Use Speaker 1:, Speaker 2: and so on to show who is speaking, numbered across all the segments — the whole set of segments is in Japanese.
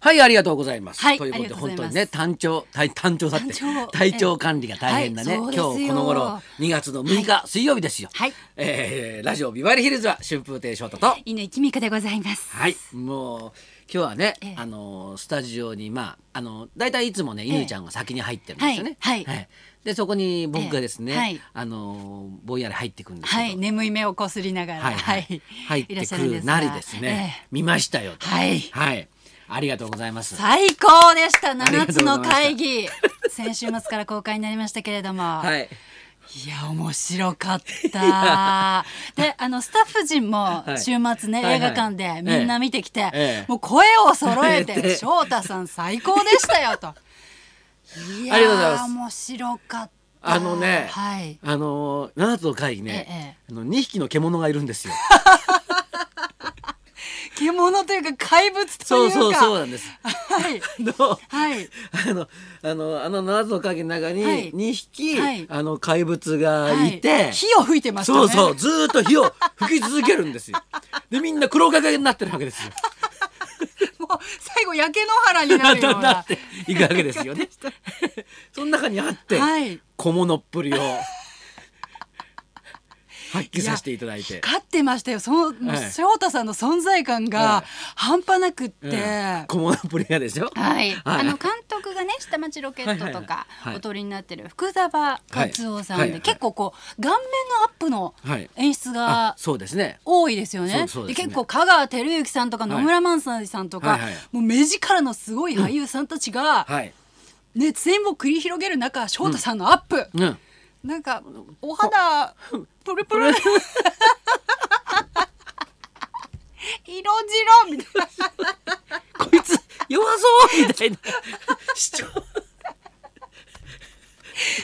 Speaker 1: はいありがとうございます、
Speaker 2: はい
Speaker 1: ということで
Speaker 2: ありがとう
Speaker 1: 本
Speaker 2: ございます
Speaker 1: 当にね単調体単調だって
Speaker 2: 単調
Speaker 1: 体調管理が大変だね、
Speaker 2: はいそうです
Speaker 1: 今
Speaker 2: よ
Speaker 1: 日この頃2月の6日、水曜日ですよ、
Speaker 2: はい
Speaker 1: えーラジオビバリーヒルズは春風亭昇太と
Speaker 2: 犬井美香でございます。
Speaker 1: はい、もう今日はね、
Speaker 2: ええ
Speaker 1: あのスタジオにまああのだいたいいつもね犬ちゃんが先に入ってるんですよね。
Speaker 2: はいはい
Speaker 1: でそこに僕がですね、
Speaker 2: ええはい
Speaker 1: あのぼんやり入ってくるんですけど。
Speaker 2: はい、眠い目をこすりながら、
Speaker 1: はいはい入っ
Speaker 2: い
Speaker 1: て
Speaker 2: らっし
Speaker 1: く
Speaker 2: ゃるん
Speaker 1: る
Speaker 2: ですが
Speaker 1: なりですね、見ましたよと
Speaker 2: はい
Speaker 1: ありがとうございます
Speaker 2: 最高でした。
Speaker 1: りが
Speaker 2: 七
Speaker 1: とうご
Speaker 2: つ
Speaker 1: ざいました
Speaker 2: の会議。先週末から公開になりましたけれども、、
Speaker 1: はいい
Speaker 2: や面白か った。で、あのスタッフ陣も
Speaker 1: はい
Speaker 2: 週末ね、
Speaker 1: はいはい
Speaker 2: 映画館でみんな見てきて、
Speaker 1: ええ
Speaker 2: もう声を揃え
Speaker 1: ええ
Speaker 2: て翔太さん最高でしたよ と。いや
Speaker 1: ありがとうございます
Speaker 2: ー面白かった。
Speaker 1: あのね
Speaker 2: はい。
Speaker 1: あの七つの会議ね、
Speaker 2: え
Speaker 1: あ
Speaker 2: え
Speaker 1: の二匹の獣がいるん ですよ
Speaker 2: 獣というか怪物と
Speaker 1: そ
Speaker 2: いう
Speaker 1: う
Speaker 2: か。
Speaker 1: そうそうなん です
Speaker 2: はい。
Speaker 1: の
Speaker 2: はい。
Speaker 1: あのあのあの七つの影の中に
Speaker 2: はい
Speaker 1: 2匹、
Speaker 2: はい
Speaker 1: あの怪物がいて、
Speaker 2: はい火を吹いてましたね。
Speaker 1: そうそうずーっと火を吹き続けるんですよ。でみんな黒影になってるわけですよ。
Speaker 2: もう最後焼け野原に なるような。
Speaker 1: なっていくわけです よね。その中にあって、
Speaker 2: はい
Speaker 1: 小物っぷ りを発揮させていただいて。
Speaker 2: 勝ってましたよ。その、もう
Speaker 1: はい
Speaker 2: 翔太さんの存在感
Speaker 1: は
Speaker 2: が
Speaker 1: い
Speaker 2: 半端なくって。
Speaker 1: うん小物っぷりがでしょ。
Speaker 2: はい、あの
Speaker 1: は
Speaker 2: 監督がね下町ロケ
Speaker 1: は
Speaker 2: ットとか
Speaker 1: いはいはい
Speaker 2: おとりになってる福沢克夫さん
Speaker 1: は
Speaker 2: で、
Speaker 1: いはい
Speaker 2: 結構こう顔面のアップの
Speaker 1: はい
Speaker 2: 演出
Speaker 1: あ
Speaker 2: が
Speaker 1: そうですね。
Speaker 2: 多いですよね。
Speaker 1: そうそうで
Speaker 2: で
Speaker 1: すね
Speaker 2: 結構香川照之さんとか野村萬斎さんとか、
Speaker 1: はいはいはい
Speaker 2: もう目力のすごい俳優さんたちが、
Speaker 1: はい。
Speaker 2: 熱演を繰り広げる中翔太さんのアップ、
Speaker 1: うん。
Speaker 2: なんかお肌プルプル色白みたいな
Speaker 1: こいつ弱そうみたい な主張。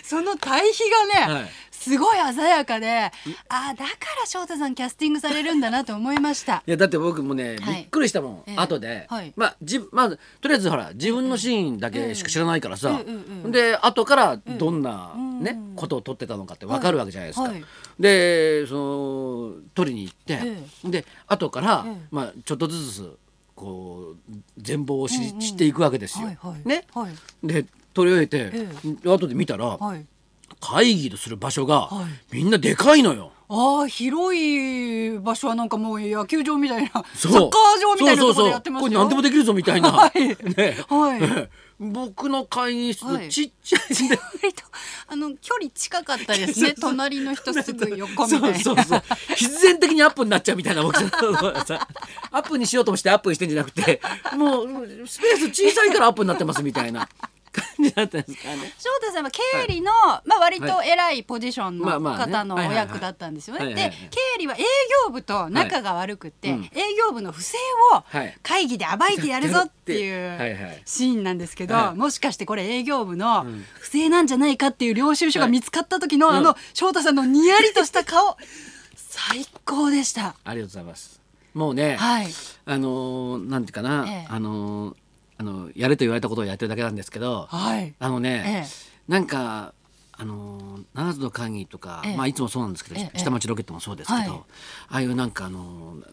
Speaker 2: その対比がね、
Speaker 1: はい
Speaker 2: すごい鮮やかであーだから翔太さんキャスティングされるんだなと思いました
Speaker 1: いやだって僕もね、
Speaker 2: はい
Speaker 1: びっくりしたもん、
Speaker 2: ええ
Speaker 1: 後で、
Speaker 2: はい
Speaker 1: まあじまずとりあえずほら自分のシーンだけしか知らないからさ、
Speaker 2: うんうんうん
Speaker 1: で後からどんな、ね
Speaker 2: うん
Speaker 1: ことを撮ってたのかってわかるわけじゃないですか。
Speaker 2: はいはい
Speaker 1: でその撮りに行って、
Speaker 2: え
Speaker 1: で後から、
Speaker 2: ええ
Speaker 1: まあ、ちょっとずつこう全貌を知,、知っていくわけですよ。
Speaker 2: はいはい
Speaker 1: ね
Speaker 2: はい
Speaker 1: で撮り終えて、
Speaker 2: え
Speaker 1: 後で見たら、
Speaker 2: はい
Speaker 1: 会議とする場所が、
Speaker 2: は
Speaker 1: みんなでかいのよ。
Speaker 2: あー広い場所はなんかもう野球場みたいなサ
Speaker 1: そう
Speaker 2: ッカー場みたいなところでやってます
Speaker 1: そ
Speaker 2: よ
Speaker 1: うそうそうこれ何でもできるぞみたいな、
Speaker 2: はい
Speaker 1: ね
Speaker 2: はい
Speaker 1: ね僕の会議室、
Speaker 2: はい
Speaker 1: ちっちゃいんで
Speaker 2: 割とあの距離近かった ですね隣の人すぐ横みたいな
Speaker 1: そうそうそう必然的にアップになっちゃうみたいな僕さアップにしようともしてアップしてんじゃなくてもうスペース小さいからアップになってますみたいな感じだったんですかね。
Speaker 2: 翔太さんは経理の、まあ割と偉いポジション
Speaker 1: まあ
Speaker 2: の
Speaker 1: まあね
Speaker 2: 方のお役だったんですよ
Speaker 1: はい
Speaker 2: ね。
Speaker 1: はいは
Speaker 2: で
Speaker 1: いはい
Speaker 2: 経理は営業部と仲が悪くって、
Speaker 1: はいうん
Speaker 2: 営業部の不正を
Speaker 1: はい
Speaker 2: 会議で暴いてやるぞって
Speaker 1: やってはい
Speaker 2: い
Speaker 1: はいう
Speaker 2: シーンなんですけど、
Speaker 1: はい
Speaker 2: もしかしてこれ営業部の不正なんじゃないかっていう領収書が見つかった時の、
Speaker 1: はい
Speaker 2: あ
Speaker 1: うん
Speaker 2: の翔太さんのニヤリとした顔最高でした。
Speaker 1: ありがとうございます。もうね、
Speaker 2: はい
Speaker 1: あのーなんていうかな、
Speaker 2: ええ
Speaker 1: あのーあのやれと言われたことをやってるだけなんですけど、
Speaker 2: はい
Speaker 1: あのね、
Speaker 2: え
Speaker 1: なんかあのー七つの会議とか、
Speaker 2: ええ
Speaker 1: まあいつもそうなんですけど、
Speaker 2: ええ
Speaker 1: 下町ロケットもそうですけど、
Speaker 2: はい
Speaker 1: ああいうなんかあのー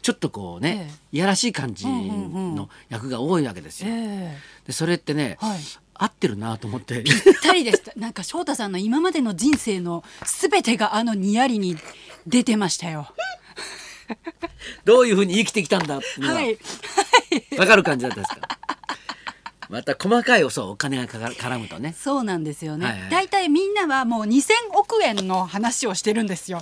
Speaker 1: ちょっとこうね、
Speaker 2: え
Speaker 1: いやらしい感じ
Speaker 2: うんうんうん
Speaker 1: の役が多いわけです
Speaker 2: え
Speaker 1: よ。
Speaker 2: え
Speaker 1: でそれってね、
Speaker 2: はい
Speaker 1: 合ってるなと思って。
Speaker 2: ぴったりでした。なんか翔太さんの今までの人生のすべてがあのニヤリに出てましたよ。
Speaker 1: どういうふうに生きてきたんだっていうのが
Speaker 2: はい。
Speaker 1: わかる感じだったんですから。また細かいおそうお金がかか絡むとね。
Speaker 2: そうなんですよね。
Speaker 1: はいはい
Speaker 2: だいたいみんなはもう2000億円の話をしてるんですよ。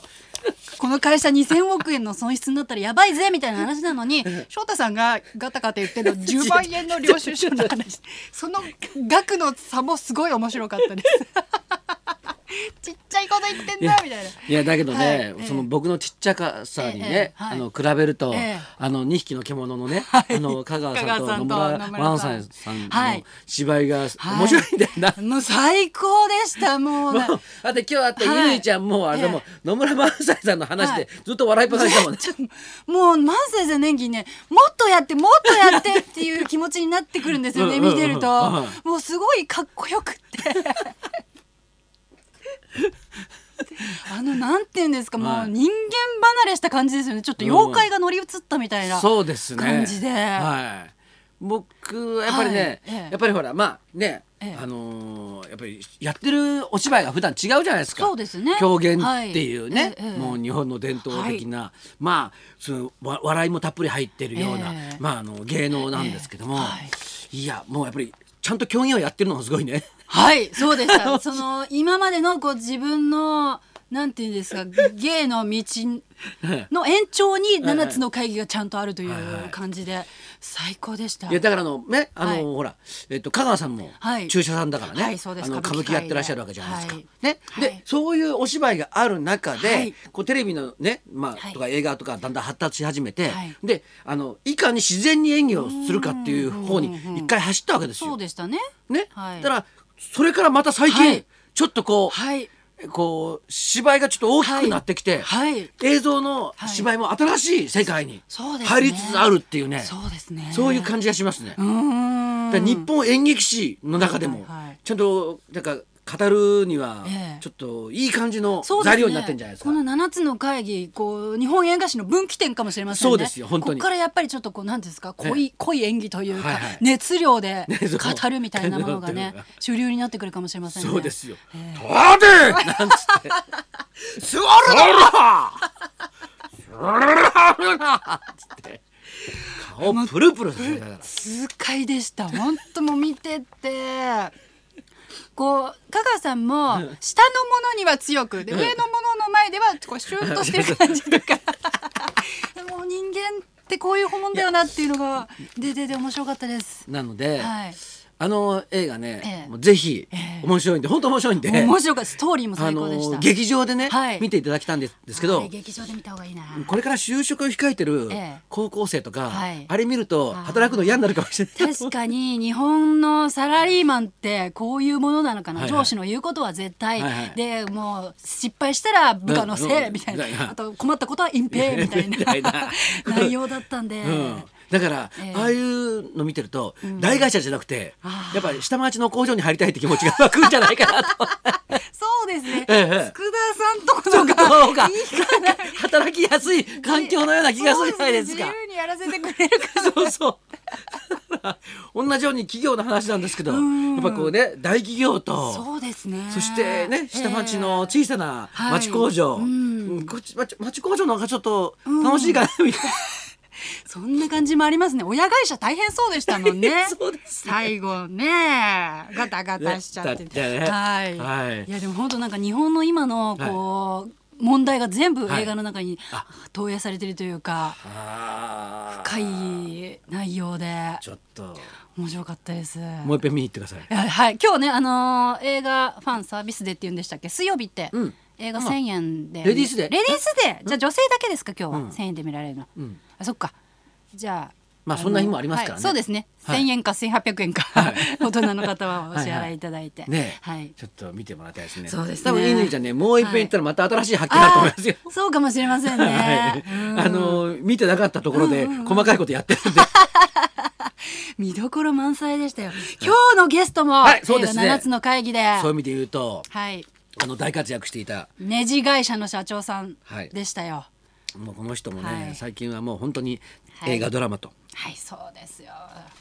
Speaker 2: この会社2000億円の損失になったらやばいぜみたいな話なのに翔太さんがガタガタ言ってるの10万円の領収書 の話その額の差もすごい面白かったです ちっちゃいこと言ってんだみたいな。
Speaker 1: いやだけど
Speaker 2: はい
Speaker 1: ね
Speaker 2: え、え
Speaker 1: その僕のちっちゃかさにね、
Speaker 2: ええは
Speaker 1: あ
Speaker 2: い
Speaker 1: の比べると、
Speaker 2: ええ
Speaker 1: あの2匹の獣の ね、あの香川さんと野
Speaker 2: 香
Speaker 1: 村
Speaker 2: 川さんと野村
Speaker 1: 萬
Speaker 2: さん
Speaker 1: 斎さん
Speaker 2: は
Speaker 1: の
Speaker 2: い
Speaker 1: 芝居が
Speaker 2: はい
Speaker 1: 面白いんだよな。
Speaker 2: もう最高でしたもう
Speaker 1: もうだって今日あった
Speaker 2: はい
Speaker 1: ゆいちゃんもあれでも、
Speaker 2: え
Speaker 1: 野村萬斎さんの話
Speaker 2: は
Speaker 1: で
Speaker 2: い
Speaker 1: ずっと笑いっぱなしだもんね。
Speaker 2: ちょもう万歳さんの演技ねもっとやってもっとやってっていう気持ちになってくるんですよね
Speaker 1: うんうんうん
Speaker 2: 見てると
Speaker 1: は
Speaker 2: もうすごいかっこよくってあのなんていうんですか、
Speaker 1: はいう
Speaker 2: も人間離れした感じですよねちょっと妖怪が乗り移ったみたいな
Speaker 1: そうですね。
Speaker 2: 感じで、
Speaker 1: はい。僕はやっぱりね、
Speaker 2: はいええ
Speaker 1: やっぱりほらまあね、
Speaker 2: ええ
Speaker 1: あのーやっぱりやってるお芝居が普段違うじゃないですか
Speaker 2: そうですね
Speaker 1: 狂言っていうね、
Speaker 2: はいええええ
Speaker 1: もう日本の伝統的な、まあそのわ笑いもたっぷり入ってるような、
Speaker 2: ええ
Speaker 1: まあ、あの芸能なんですけども、、
Speaker 2: ええはい
Speaker 1: やもうやっぱりちゃんと狂言をやってるのがすごいね。
Speaker 2: はい、そうで した。その今までのこう自分のなんていうんですか、芸の道の延長に
Speaker 1: はい
Speaker 2: 七つの会議がちゃんとあるとい
Speaker 1: はいは
Speaker 2: う
Speaker 1: い
Speaker 2: 感じで最高でした。
Speaker 1: いやだからあのねあの、
Speaker 2: はい
Speaker 1: ほら、えっと、香川さんも
Speaker 2: はい
Speaker 1: 注射さんだからね、
Speaker 2: はいそうです
Speaker 1: あの歌
Speaker 2: 歌
Speaker 1: 舞
Speaker 2: 舞伎
Speaker 1: 伎やってらっしゃるわけじゃないですか。
Speaker 2: はい
Speaker 1: ね
Speaker 2: はい
Speaker 1: でそういうお芝居がある中で、
Speaker 2: はい
Speaker 1: こうテレビのね、まあ
Speaker 2: はい
Speaker 1: とか映画とかだんだん発達し始めて、
Speaker 2: はい
Speaker 1: であのいかに自然に演技をするかっていう方に一回走ったわけです
Speaker 2: そう
Speaker 1: よ。
Speaker 2: でしたね。
Speaker 1: ね
Speaker 2: はい
Speaker 1: だからそれからまた最近、
Speaker 2: はい
Speaker 1: ちょっとこう,、
Speaker 2: はい
Speaker 1: こう芝居がちょっと大きくなってきて、
Speaker 2: はい。
Speaker 1: 映像の芝居も新しい世界に
Speaker 2: そうですね
Speaker 1: 入りつつあるっていうね
Speaker 2: そうですね。
Speaker 1: そういう
Speaker 2: じ。
Speaker 1: 感じがしますね。
Speaker 2: うーん。
Speaker 1: だから日本演劇史の中でも
Speaker 2: はいはい
Speaker 1: ちゃんとなんか語るには
Speaker 2: ええ
Speaker 1: ちょっといい感じの
Speaker 2: そうです
Speaker 1: 材
Speaker 2: ね
Speaker 1: 料になってんじゃないですか。
Speaker 2: この七つの会議、こう日本演歌史の分岐点かもしれませんね。
Speaker 1: そうですよ本当に
Speaker 2: ここからやっぱりちょっとこうなんていうんですか、濃
Speaker 1: え
Speaker 2: い濃い演技というか、
Speaker 1: はいはい
Speaker 2: 熱量で
Speaker 1: ねそう
Speaker 2: 語るみたいなもの がね
Speaker 1: 語る、
Speaker 2: 主流になってくるかもしれませんね。
Speaker 1: そうですよ。
Speaker 2: ええ
Speaker 1: とわでなんつって。座るな。座るな。つって顔プルプルさせながら。
Speaker 2: 痛快でした。本当もう見てて。こう香川さんも下のものには強くで上のものの前ではこうシューッとしてる感 じとかもう人間ってこういうもんだよなっていうのが出てて面白かったです。
Speaker 1: なので、
Speaker 2: はい
Speaker 1: あの映画
Speaker 2: え
Speaker 1: ね、
Speaker 2: え
Speaker 1: もうぜひ
Speaker 2: ええ
Speaker 1: 面白いんで本当面白いんで。
Speaker 2: 面白かったストーリーも
Speaker 1: あ
Speaker 2: 最高でした、
Speaker 1: の劇場でね、
Speaker 2: はい
Speaker 1: 見ていただきたんですですけ
Speaker 2: あれ
Speaker 1: ど、
Speaker 2: 劇場で見た方がいいな
Speaker 1: これから就職を控えてる
Speaker 2: ええ
Speaker 1: 高校生とか、
Speaker 2: はい
Speaker 1: あれ見ると
Speaker 2: あー
Speaker 1: 働くの嫌になるかもしれない。
Speaker 2: 確かに日本のサラリーマンってこういうものなのかな、
Speaker 1: はいはい
Speaker 2: 上司の言うことは絶対、
Speaker 1: はいはい
Speaker 2: でもう失敗したら部下の
Speaker 1: うん
Speaker 2: せ
Speaker 1: う
Speaker 2: い
Speaker 1: ん
Speaker 2: みたいな、
Speaker 1: はいはい
Speaker 2: あと困ったことは隠蔽みたい
Speaker 1: み たい
Speaker 2: な
Speaker 1: な
Speaker 2: 内容だったんで、
Speaker 1: うん、だから、
Speaker 2: ええ
Speaker 1: ああいうの見てると、大会社じゃなくて
Speaker 2: あー
Speaker 1: やっぱり下町の工場に入りたいって気持ちが湧くんじゃないかなと
Speaker 2: そうですね、
Speaker 1: ええ
Speaker 2: 福田さんとこ
Speaker 1: そう
Speaker 2: の
Speaker 1: か
Speaker 2: がいいかな
Speaker 1: 働きやすい環境のような気がするじゃないですか
Speaker 2: そうね。自由にやらせてくれるか ら
Speaker 1: そうそうだから同じように企業の話なんですけどや
Speaker 2: ん
Speaker 1: っぱこうね大企業と
Speaker 2: そうですね
Speaker 1: そしてね下町の
Speaker 2: ええ
Speaker 1: 小さな
Speaker 2: はい
Speaker 1: 町工場、
Speaker 2: う
Speaker 1: うんんこっち町町工場の方がちょっと楽しいかなみたい
Speaker 2: そんな感じもありますね親会社大変そうでしたもんね
Speaker 1: な、 そうですね
Speaker 2: 最後ねガタガタしちゃっ
Speaker 1: ねだ
Speaker 2: て
Speaker 1: ってね
Speaker 2: はい、
Speaker 1: はい
Speaker 2: やでも本当なんか日本の今のこう、問題が全部
Speaker 1: はい
Speaker 2: 映画の中に
Speaker 1: あ
Speaker 2: 投影されてるというか、
Speaker 1: あー
Speaker 2: 深い内容で
Speaker 1: ちょっと
Speaker 2: 面白かったです。
Speaker 1: もう一遍見に行ってください
Speaker 2: いやはい今日ねあのー映画ファンサービスデーって言うんでしたっけ水曜日って、
Speaker 1: うん
Speaker 2: 映画1000円で
Speaker 1: レディースデー
Speaker 2: レディースデーじゃあ女性だけですか今日は、
Speaker 1: うん
Speaker 2: 1000円で見られるの、
Speaker 1: ん
Speaker 2: あそっかじゃあ
Speaker 1: まあ
Speaker 2: の
Speaker 1: そんな日もありますからね
Speaker 2: はいそうですね、
Speaker 1: はい
Speaker 2: 1000円か1800円か、
Speaker 1: はい
Speaker 2: 大人の方はお支払いいただいて
Speaker 1: ねえ、
Speaker 2: はい
Speaker 1: ちょっと見てもらいたいですね
Speaker 2: そうですね
Speaker 1: 多分乾ちゃんねもう一遍行ったらまた新しい発見があると
Speaker 2: あ
Speaker 1: 思いますよ、
Speaker 2: ーそうかもしれませんね、
Speaker 1: はい、
Speaker 2: うん
Speaker 1: あの見てなかったところで細かいことやってるんで、
Speaker 2: 見どころ満載でしたよ今日のゲストも、
Speaker 1: はいそうですね
Speaker 2: 映画7つの会議で
Speaker 1: そういう意味で言うと
Speaker 2: はい
Speaker 1: あの大活躍していた
Speaker 2: ネジ会社の社長さん
Speaker 1: はい
Speaker 2: でしたよ、
Speaker 1: もうこの人もね、
Speaker 2: はい
Speaker 1: 最近はもう本当に
Speaker 2: はい
Speaker 1: 映画ドラマと、
Speaker 2: はい、そうですよ。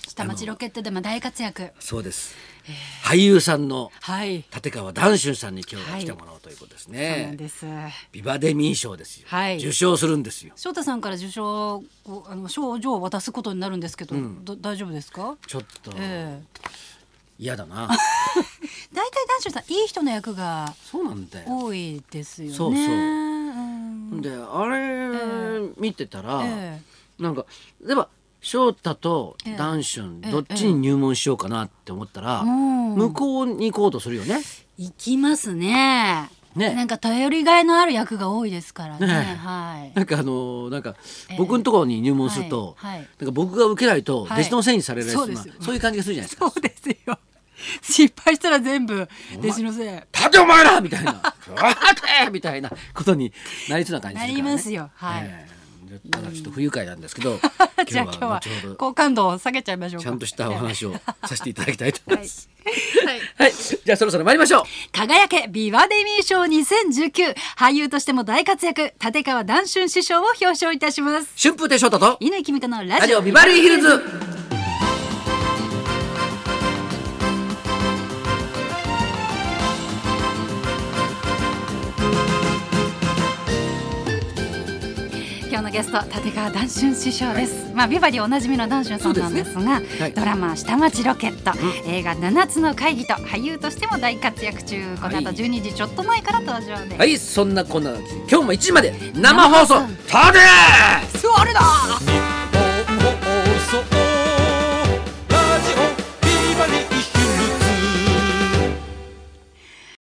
Speaker 2: 下町ロケットでも大活躍。
Speaker 1: そうです、俳優さんの
Speaker 2: はい。
Speaker 1: 立川談春さんに今日は
Speaker 2: はい
Speaker 1: 来てもらおうということです
Speaker 2: そうなん
Speaker 1: ね、
Speaker 2: です。
Speaker 1: ビバデミー賞ですよ、
Speaker 2: はい
Speaker 1: 受賞するんですよ
Speaker 2: 翔太さんから受賞、こうあの賞状を渡すことになるんですけど、ど大丈夫ですか。
Speaker 1: ちょっと
Speaker 2: ええ
Speaker 1: 嫌だ な、
Speaker 2: 大体男子さん、いい人の役が
Speaker 1: そうなんだよ
Speaker 2: 多いですよね。
Speaker 1: そうそうんであれ見てたら、
Speaker 2: え
Speaker 1: なんか例えば翔太と談春、
Speaker 2: ええ
Speaker 1: どっちに入門しようかなって思ったら、
Speaker 2: ん
Speaker 1: 向こうに行こうとするよね。
Speaker 2: 行きますね。
Speaker 1: ね
Speaker 2: なんか頼りがいのある役が多いですからね。
Speaker 1: ね
Speaker 2: はい。
Speaker 1: なんかあのーなんか
Speaker 2: ええ
Speaker 1: 僕のところに入門すると、
Speaker 2: はいはい
Speaker 1: なんか僕が受けないと
Speaker 2: はい
Speaker 1: 弟子のせいにされるやつ、
Speaker 2: そうですよ
Speaker 1: そういう感じがするじゃないです
Speaker 2: そ
Speaker 1: か。
Speaker 2: うですよ。失敗したら全部弟子のせい。
Speaker 1: 立てお前らみたいな、立てみたいなことになりそうな感じするから、
Speaker 2: な
Speaker 1: ね。
Speaker 2: りますよ。はい。、
Speaker 1: ええ。でだからちょっと不愉快なんですけど
Speaker 2: じゃあ今日は
Speaker 1: 後ほど
Speaker 2: 好感度を下げちゃいましょうか。
Speaker 1: ちゃんとしたお話をさせていただきたいと思います。
Speaker 2: はい。
Speaker 1: はい、じゃあそろそろ参りましょう。
Speaker 2: 輝けビバデミー賞2019俳優としても大活躍立川談春師匠を表彰いたします
Speaker 1: 春風亭昇太と
Speaker 2: 犬木美香のラ
Speaker 1: ラ
Speaker 2: ジ
Speaker 1: ジ
Speaker 2: オ
Speaker 1: オビバリーヒルズ。
Speaker 2: ゲスト立川談春師匠です、まあビバリーおなじみの談春さんなんですが
Speaker 1: はい
Speaker 2: ドラマ下町ロケット、映画七つの会議と俳優としても大活躍中この後
Speaker 1: はい
Speaker 2: 12時ちょっと前から登場です、
Speaker 1: はいそんなこんなの今日も1時まで生放送
Speaker 2: 生放送
Speaker 1: たでー